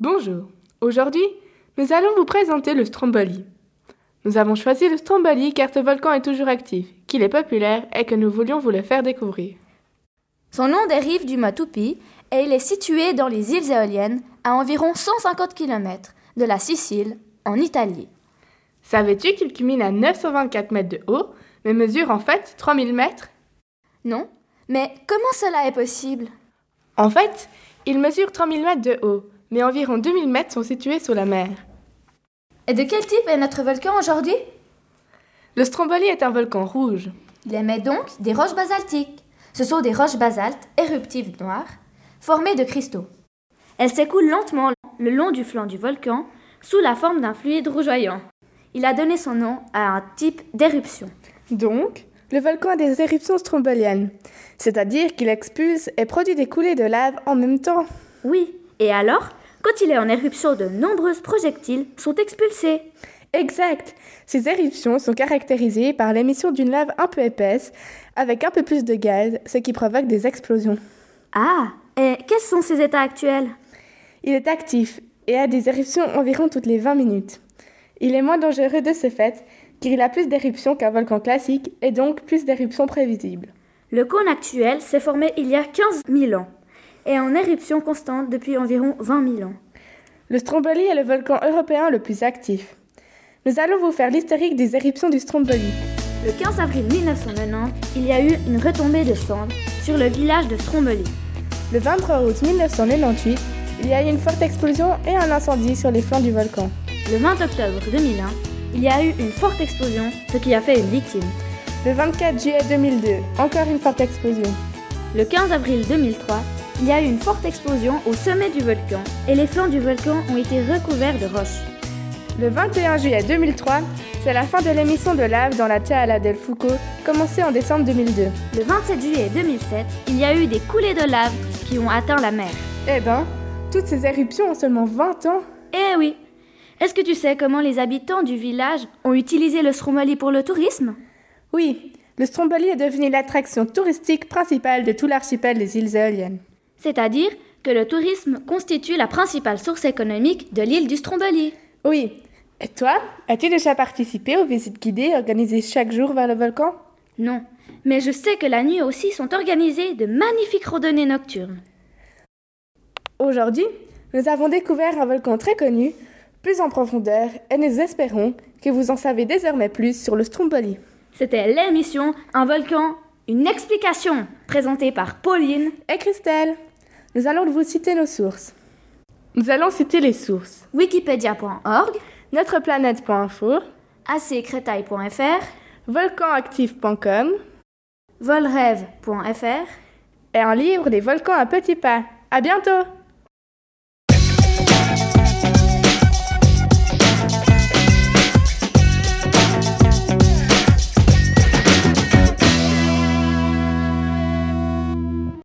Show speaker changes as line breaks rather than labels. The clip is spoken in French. Bonjour. Aujourd'hui, nous allons vous présenter le Stromboli. Nous avons choisi le Stromboli car ce volcan est toujours actif, qu'il est populaire et que nous voulions vous le faire découvrir.
Son nom dérive du mot Tupi et il est situé dans les îles éoliennes à environ 150 km de la Sicile, en Italie.
Savais-tu qu'il culmine à 924 mètres de haut, mais mesure en fait 3000 mètres
Non Mais comment cela est possible
En fait, il mesure 3000 mètres de haut, mais environ 2000 mètres sont situés sous la mer.
Et de quel type est notre volcan aujourd'hui
Le Stromboli est un volcan rouge.
Il émet donc des roches basaltiques. Ce sont des roches basaltes éruptives noires, formées de cristaux. Elles s'écoulent lentement le long du flanc du volcan, sous la forme d'un fluide rougeoyant. Il a donné son nom à un type d'éruption.
Donc, le volcan a des éruptions stromboliennes, c'est-à-dire qu'il expulse et produit des coulées de lave en même temps.
Oui, et alors, quand il est en éruption, de nombreux projectiles sont expulsés.
Exact. Ces éruptions sont caractérisées par l'émission d'une lave un peu épaisse, avec un peu plus de gaz, ce qui provoque des explosions.
Ah, et quels sont ses états actuels
Il est actif et a des éruptions environ toutes les 20 minutes. Il est moins dangereux de ce fait, car il a plus d'éruptions qu'un volcan classique et donc plus d'éruptions prévisibles.
Le cône actuel s'est formé il y a 15 000 ans et est en éruption constante depuis environ 20 000 ans.
Le Stromboli est le volcan européen le plus actif. Nous allons vous faire l'historique des éruptions du Stromboli.
Le 15 avril 1990, il y a eu une retombée de cendres sur le village de Stromboli.
Le 23 août 1998, il y a eu une forte explosion et un incendie sur les flancs du volcan.
Le 20 octobre 2001, il y a eu une forte explosion, ce qui a fait une victime.
Le 24 juillet 2002, encore une forte explosion.
Le 15 avril 2003, il y a eu une forte explosion au sommet du volcan et les flancs du volcan ont été recouverts de roches.
Le 21 juillet 2003, c'est la fin de l'émission de lave dans la Théala del Foucault, commencée en décembre 2002.
Le 27 juillet 2007, il y a eu des coulées de lave qui ont atteint la mer.
Eh ben, toutes ces éruptions ont seulement 20 ans.
Eh oui Est-ce que tu sais comment les habitants du village ont utilisé le Stromboli pour le tourisme
Oui, le Stromboli est devenu l'attraction touristique principale de tout l'archipel des îles éoliennes.
C'est-à-dire que le tourisme constitue la principale source économique de l'île du Stromboli.
Oui. Et toi, as-tu déjà participé aux visites guidées organisées chaque jour vers le volcan
Non, mais je sais que la nuit aussi sont organisées de magnifiques randonnées nocturnes.
Aujourd'hui, nous avons découvert un volcan très connu, plus en profondeur, et nous espérons que vous en savez désormais plus sur le Stromboli.
C'était l'émission Un volcan, une explication, présentée par Pauline.
Et Eh, Christelle, nous allons vous citer nos sources. Nous allons citer les sources.
Wikipédia.org,
Notreplanète.info,
accrétail.fr,
volcanactif.com
volrêve.fr.
et un livre des volcans à petits pas. À bientôt!